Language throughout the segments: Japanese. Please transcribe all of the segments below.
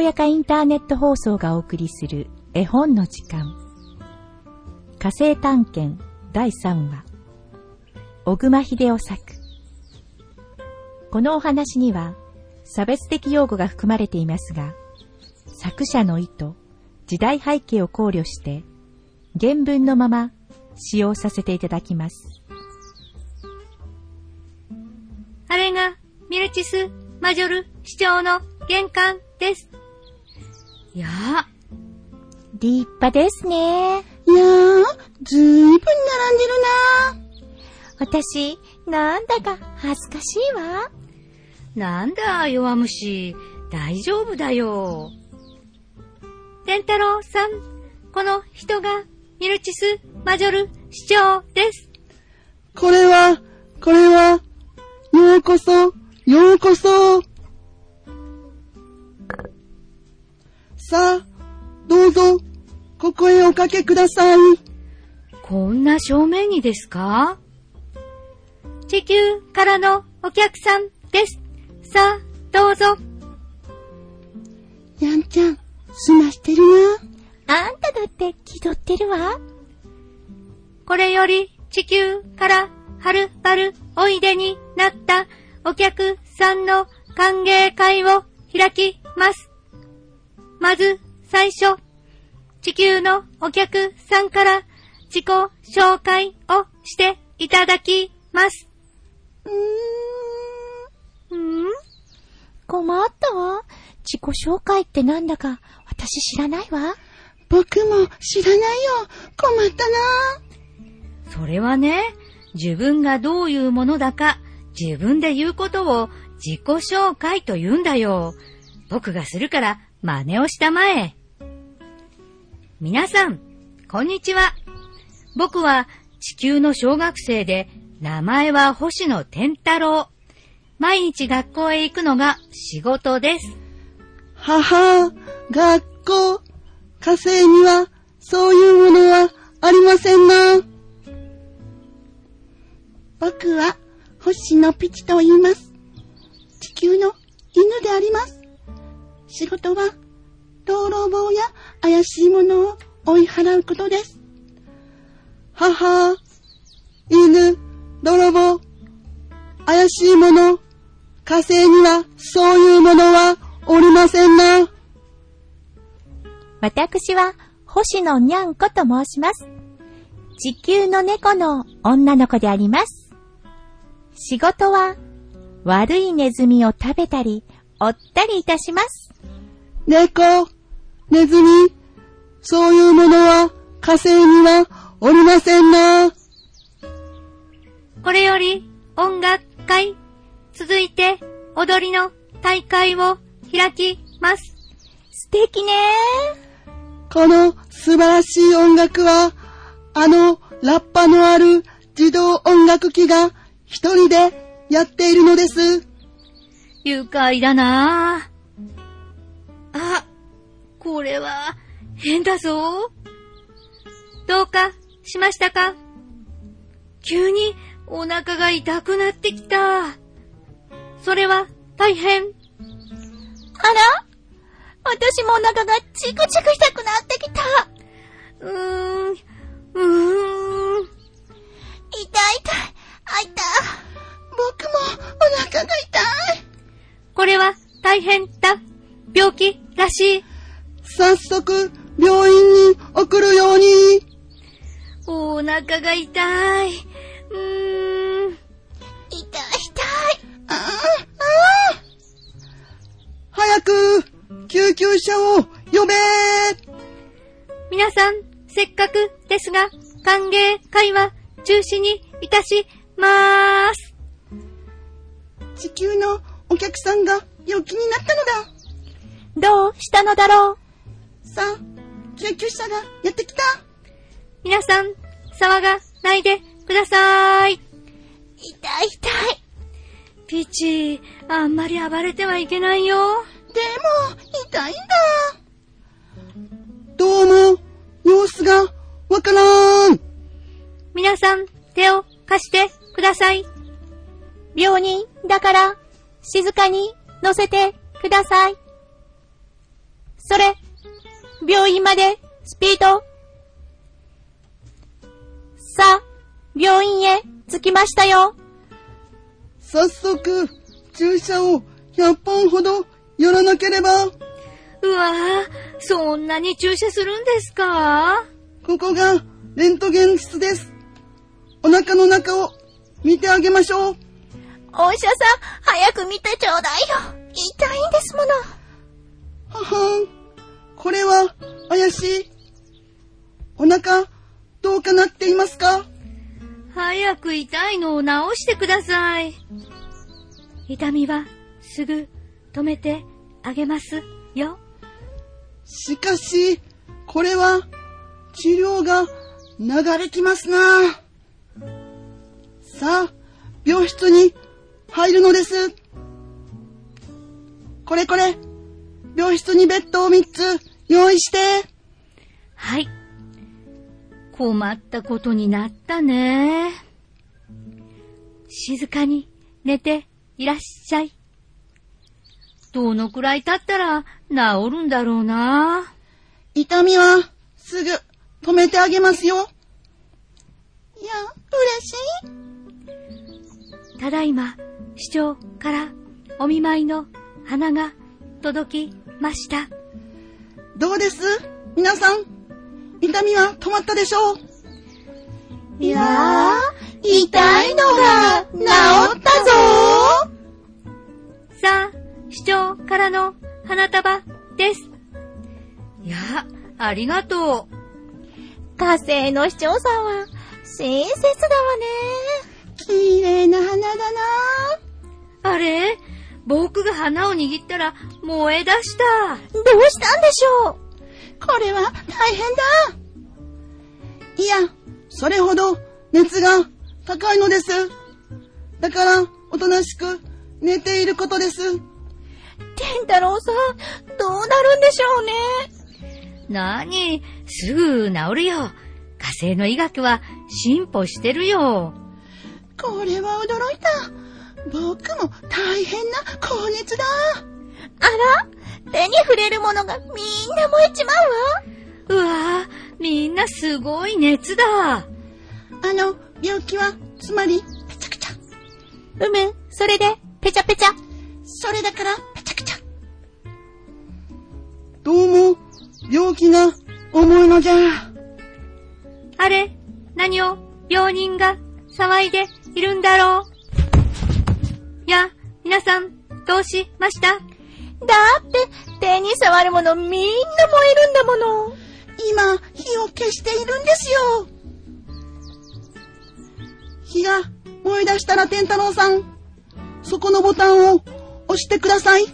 やかインターネット放送がお送りする絵本の時間火星探検第3話小熊秀夫作このお話には差別的用語が含まれていますが作者の意図時代背景を考慮して原文のまま使用させていただきますあれがミルチス・マジョル市長の玄関です。いやあ、立派ですねいやー、ずいぶん並んでるな私なんだか恥ずかしいわなんだ、弱虫。大丈夫だよ。天太郎さん、この人がミルチス・マジョル市長です。これは、これは、ようこそ、ようこそ。さあ、どうぞ、ここへおかけください。こんな正面にですか地球からのお客さんです。さあ、どうぞ。やんちゃん、済ましてるな。あんただって気取ってるわこれより地球からはるばるおいでになったお客さんの歓迎会を開きます。まず最初、地球のお客さんから自己紹介をしていただきます。うーん。困ったわ。自己紹介ってなんだか私知らないわ。僕も知らないよ。困ったな。それはね、自分がどういうものだか、自分で言うことを自己紹介と言うんだよ。僕がするから真似をしたまえ。皆さん、こんにちは。僕は地球の小学生で、名前は星野天太郎。毎日学校へ行くのが仕事です。母、学校、火星には、そういうものはありませんな。僕は、星野ピチと言います。地球の犬であります。仕事は、道路棒や怪しいものを追い払うことです。母、犬、泥棒、怪しいもの、火星にはそういうものはおりませんな。私は星野にゃんこと申します。地球の猫の女の子であります。仕事は悪いネズミを食べたり、追ったりいたします。猫、ネズミ、そういうものは火星にはおりませんな。これより音楽会、続いて踊りの大会を開きます。素敵ねこの素晴らしい音楽は、あのラッパのある自動音楽機が一人でやっているのです。愉快だなあ。あ、これは変だぞ。どうかしましたか急にお腹が痛くなってきた。それは大変。あら私もお腹がチクチクしたくなってきた。うーん、うーん。痛い痛い、あいた。僕もお腹が痛い。これは大変だ。病気らしい。早速、病院に送るように。お腹が痛い。うーん。痛い痛い。早く、救急車を呼べ皆さん、せっかくですが、歓迎会は中止にいたしまーす。地球のお客さんが病気になったのだ。どうしたのだろうさあ、救急車がやってきた。皆さん、騒がないでください。痛い痛い。ピーチ、あんまり暴れてはいけないよ。でも、痛いんだ。どうも、様子がわからん。皆さん、手を貸してください。病人だから静かに乗せてください。それ病院までスピードさあ、病院へ着きましたよ早速、注射を100本ほどやらなければ、うわぁ、そんなに注射するんですかここがレントゲン室です。お腹の中を見てあげましょう。お医者さん、早く見てちょうだいよ痛いんですものははん。これは怪しい。お腹、どうかなっていますか早く痛いのを治してください。痛みはすぐ止めてあげますよ。しかし、これは治療が長引きますな。さあ、病室に入るのです。これこれ、病室にベッドを3つ用意して。はい。困ったことになったね。静かに寝ていらっしゃい。どのくらい経ったら治るんだろうな。痛みはすぐ止めてあげますよ。いや、嬉しい。ただいま、市長からお見舞いの花が届きました。どうです皆さん、痛みは止まったでしょういやー、痛いのが治ったぞさあ、市長からの花束です。いや、ありがとう。火星の市長さんは親切だわね綺麗な花だなあれ僕が花を握ったら燃え出した。どうしたんでしょうこれは大変だいや、それほど熱が高いのです。だから、おとなしく寝ていることです。天太郎さん、どうなるんでしょうねなに、すぐ治るよ。火星の医学は進歩してるよ。これは驚いた。僕も大変な高熱だ。あら手に触れるものがみんな燃えちまうわうわぁ、みんなすごい熱だ。あの、病気は、つまり、ペチャクチャ。うむ、それで、ペチャペチャ。それだから、ペチャクチャ。どうも、病気が重いのじゃ。あれ何を病人が騒いでいるんだろうや、皆さん、どうしましただって、手に触るものみんな燃えるんだもの。今、火を消しているんですよ。火が燃え出したら天太郎さん、そこのボタンを押してください。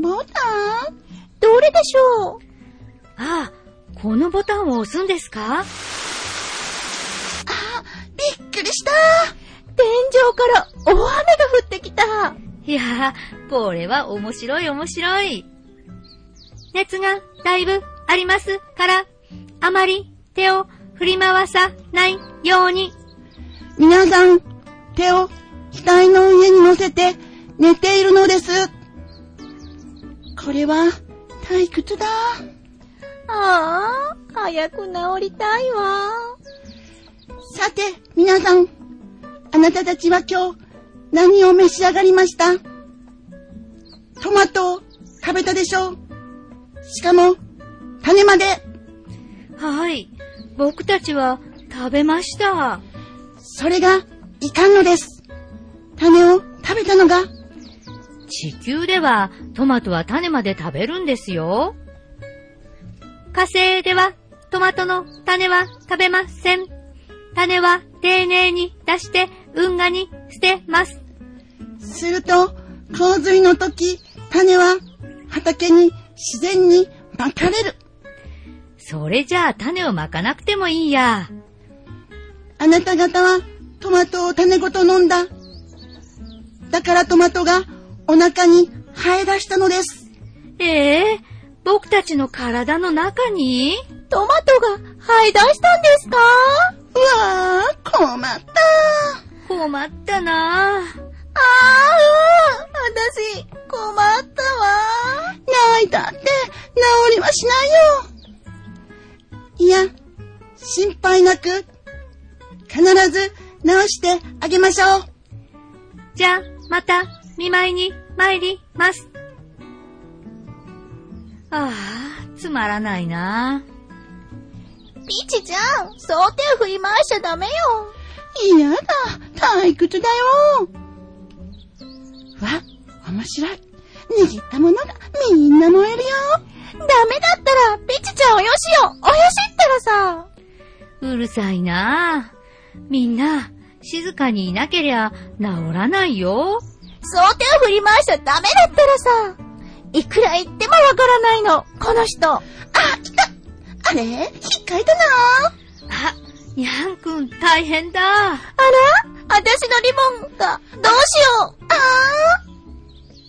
ボタンどれでしょうああ、このボタンを押すんですかびっくりした。天井から大雨が降ってきた。いやー、これは面白い面白い。熱がだいぶありますから、あまり手を振り回さないように。皆さん、手を額の上に乗せて寝ているのです。これは退屈だ。ああ、早く治りたいわ。さて、皆さん、あなたたちは今日何を召し上がりましたトマトを食べたでしょうしかも、種まで。はい。僕たちは食べました。それがいかんのです。種を食べたのが地球ではトマトは種まで食べるんですよ。火星ではトマトの種は食べません。種は丁寧に出して運河に捨てます。すると、洪水の時、種は畑に自然にまかれる。それじゃあ種をまかなくてもいいや。あなた方はトマトを種ごと飲んだ。だからトマトがお腹に生え出したのです。ええ僕たちの体の中にトマトが生え出したんですかうわー、困った。困ったああ、なあうん私、困ったわ。ないたって治りはしないよ。いや、心配なく、必ず治してあげましょう。じゃあ、また、見舞いに参ります。ああ、つまらないな。ピチちゃん、そう手を振り回しちゃダメよ。いやだ、退屈だよ。わ、面白い。握ったものがみんな燃えるよ。ダメだったら、ピチちゃんおよしよ。およしったらさ。うるさいな。みんな、静かにいなけりゃ治らないよ。そう手を振り回しちゃダメだったらさ。いくら言ってもわからないの、この人。あ、来たあれ引っかいたなあ、にゃんくん大変だ。あら私のリボンが、どうしよう。あー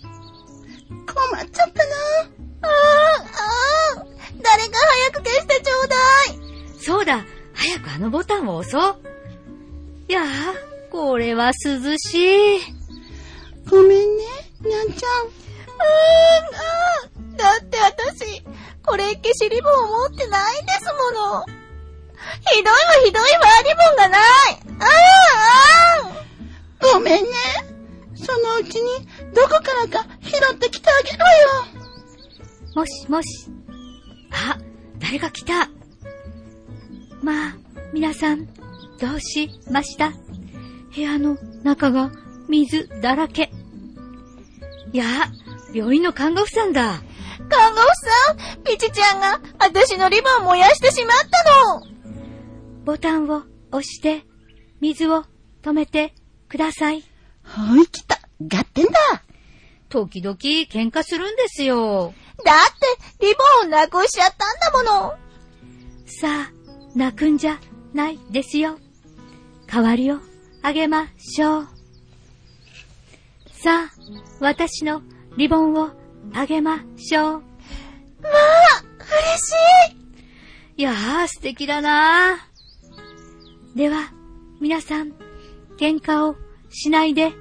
困っちゃったなあーあー誰か早く消してちょうだい。そうだ、早くあのボタンを押そう。いやあ、これは涼しい。ごめんね、にゃんちゃん。うーん、あーだって私、これっきしリボンを持ってないんですもの。ひどいわひどいわ、リボンがない。あーあーごめんね。そのうちに、どこからか拾ってきてあげるわよ。もしもし。あ、誰か来た。まあ、皆さん、どうしました部屋の中が水だらけ。いや、病院の看護婦さんだ。看護婦さん、ピチちゃんが私のリボンを燃やしてしまったの。ボタンを押して、水を止めてください。はい、来た。合点だ。時々喧嘩するんですよ。だって、リボンをなくしちゃったんだもの。さあ、泣くんじゃないですよ。代わりをあげましょう。さあ、私のリボンをあげましょう。嬉しい。いやあ、素敵だなあ。では、皆さん、喧嘩をしないで、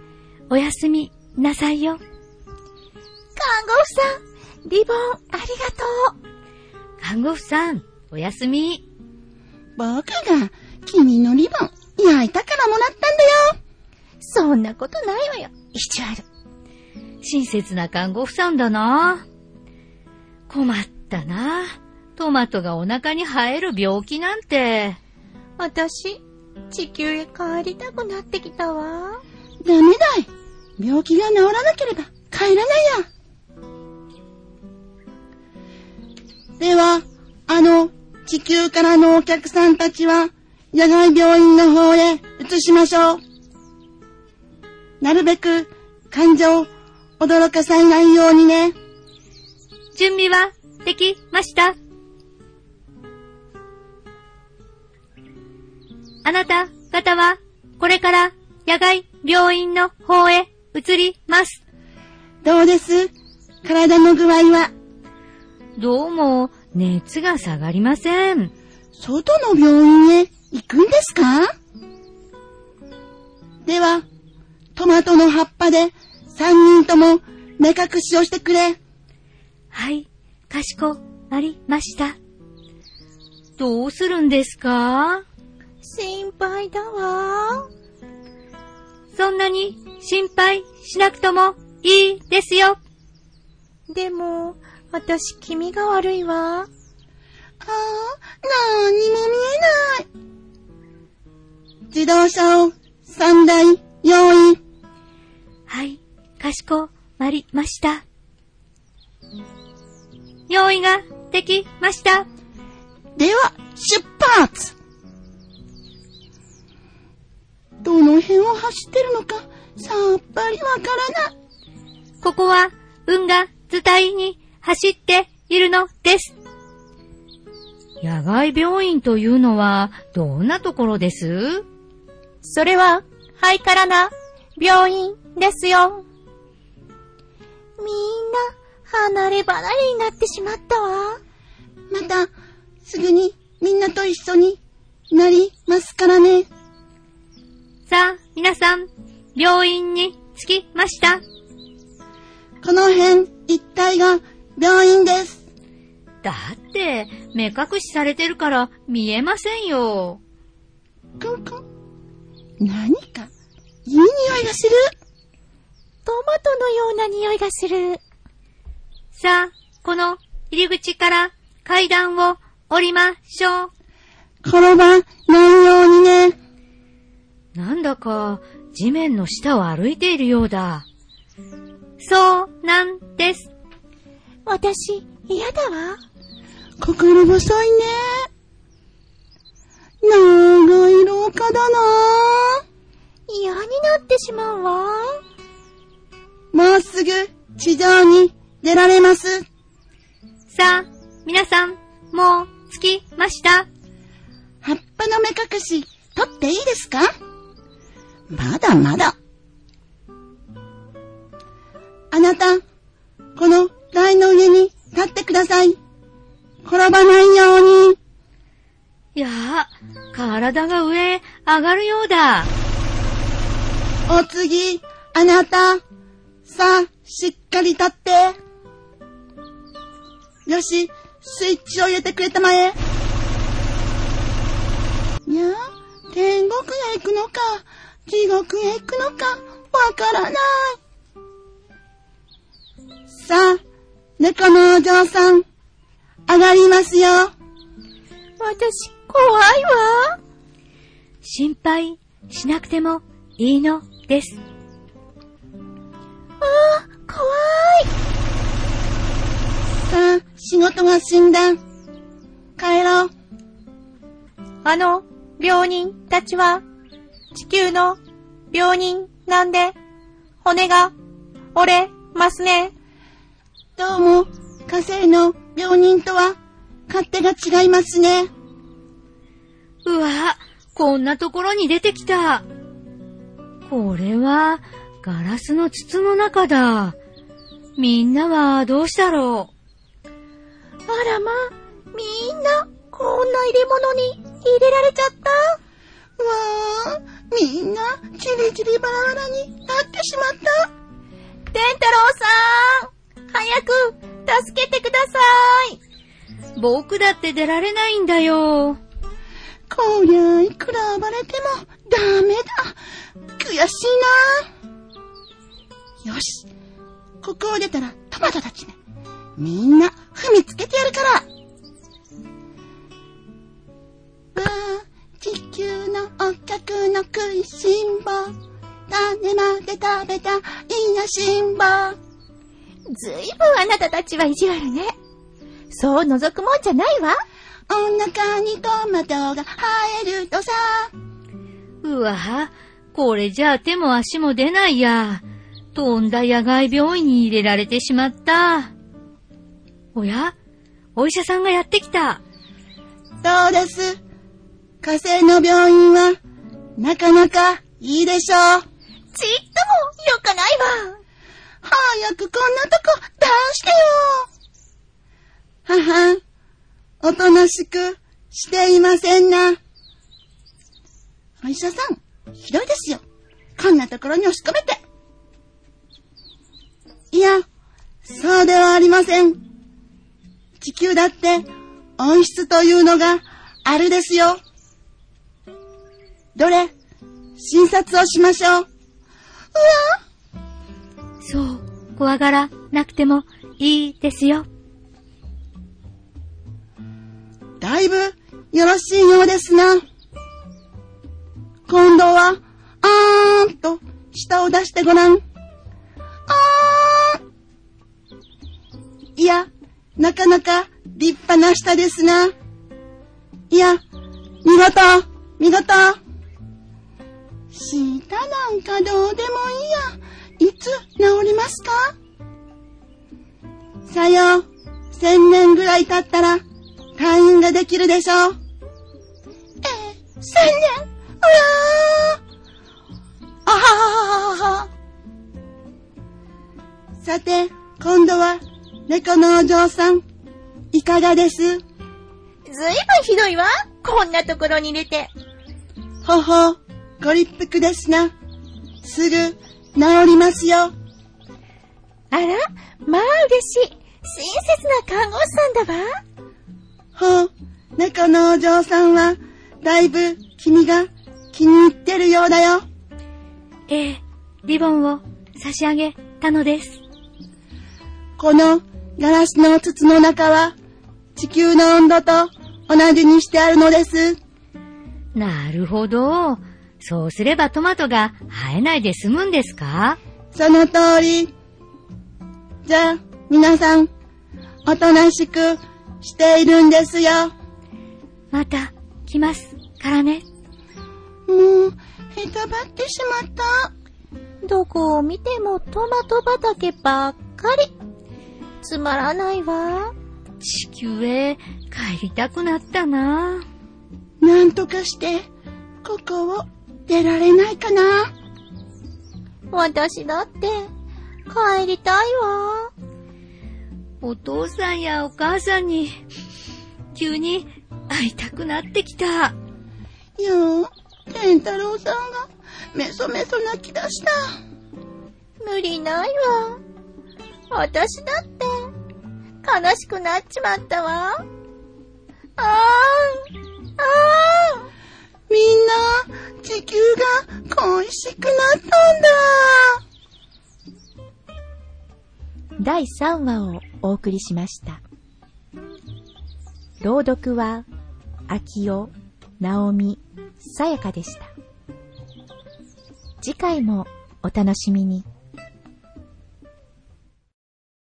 おやすみなさいよ。看護婦さん、リボンありがとう。看護婦さん、おやすみ。僕が、君のリボン、焼いたからもらったんだよ。そんなことないわよ。意地悪。親切な看護婦さんだな。困ったな。トマトがお腹に生える病気なんて。私、地球へ帰りたくなってきたわ。ダメだい。病気が治らなければ、帰らないや。では、あの、地球からのお客さんたちは、野外病院の方へ移しましょう。なるべく、患者を驚かさないようにね。準備はできました。あなた方は、これから野外病院の方へ移ります。どうです体の具合は、どうも、熱が下がりません。外の病院へ行くんですかでは、トマトの葉っぱで3人とも目隠しをしてくれ。はい、かしこまりました。どうするんですか心配だわ。そんなに心配しなくともいいですよ。でも、私気味が悪いわ。ああ、なーにも見えない。自動車を3台用意。はい、かしこまりました。用意ができました。では、出発どの辺を走ってるのか、さっぱりわからない。ここは運が図体に走っているのです。野外病院というのはどんなところですそれは、ハイカラな病院ですよ。みんな、離れ離れになってしまったわ。また、すぐにみんなと一緒になりますからね。さあ、皆さん、病院に着きました。この辺一帯が病院です。だって、目隠しされてるから見えませんよ。くんくん。何か、いい匂いがする。トマトのような匂いがする。さあ、この入り口から階段を降りましょう。転ばないようにね。なんだか地面の下を歩いているようだ。そうなんです。私、嫌だわ。心細いね。長い廊下だな嫌になってしまうわ。もうすぐ地上に出られます。さあ、皆さん、もう着きました。葉っぱの目隠し取っていいですかまだまだ。あなた、この台の上に立ってください。転ばないように。いやー、体が上へ上がるようだ。お次、あなた。さあ、しっかり立って。よし、スイッチを入れてくれたまえ。いや、天国へ行くのか、地獄へ行くのか、わからない。さあ、猫のお嬢さん、上がりますよ。私、怖いわ。心配しなくてもいいのです。さあ、仕事が死んだ。帰ろう。あの、病人たちは、地球の病人なんで、骨が折れますね。どうも、火星の病人とは、勝手が違いますね。うわ、こんなところに出てきた。これは、ガラスの筒の中だ。みんなはどうしたろあらま、みんな、こんな入れ物に入れられちゃった。うわあ、みんな、チリチリバラバラになってしまった。天太郎さん早く、助けてください。う僕だって出られないんだよ。こりゃ、いくら暴れても、ダメだ。悔しいな。よし、ここを出たら、トマトたちね。みんな、踏みつけてやるから。わあ、地球のお客の食いしん坊。種まで食べた、いやしん坊。ずいぶんあなたたちは意地悪ね。そう覗くもんじゃないわ。お腹にトマトが生えるとさ。うわ、これじゃあ手も足も出ないや。とんだ野外病院に入れられてしまった。おやお医者さんがやってきた。そうです。火星の病院は、なかなかいいでしょちっう。ともよかないわ。早くこんなとこ出してよ。ははん、おとなしくしていませんな。お医者さん、ひどいですよ。こんなところに押し込めて。いや、そうではありません。地球だって温室というのがあるですよ。どれ、診察をしましょう。そう、怖がらなくてもいいですよ。だいぶよろしいようですな。今度は、あーんと舌を出してごらん。あーん。いや、なかなか立派な舌ですな。いや、見事、見事。舌なんかどうでもいいや。いつ治りますかさよう、千年ぐらい経ったら、退院ができるでしょう。え、千年うわああははははは。さて、今度は、猫のお嬢さん、いかがですずいぶんひどいわ。こんなところに入れて。ほほう、ご立腹ですな。すぐ、治りますよ。あら、まあ嬉しい。切な看護師さんだわ。ほう、猫のお嬢さんは、だいぶ君が気に入ってるようだよ。ええリボンを差し上げたのです。このガラスの筒の中は、地球の温度と同じにしてあるのです。なるほど。そうすればトマトが生えないで済むんですかその通り。じゃあ、皆さん、おとなしくしているんですよ。また来ますからね。もう、へたばってしまった。どこを見てもトマト畑ばっかり。つまらないわ。地球へ帰りたくなったな。なんとかして、ここを出られないかな。私だって、帰りたいわ。お父さんやお母さんに急に会いたくなってきた。よう、天太郎さんが、メソメソ泣き出した。無理ないわ。私だって、悲しくなっちまったわ。あーん、あーん。みんな、地球が恋しくなったんだ。第3話をお送りしました。朗読は、秋代、直美、さやかでした。次回もお楽しみに。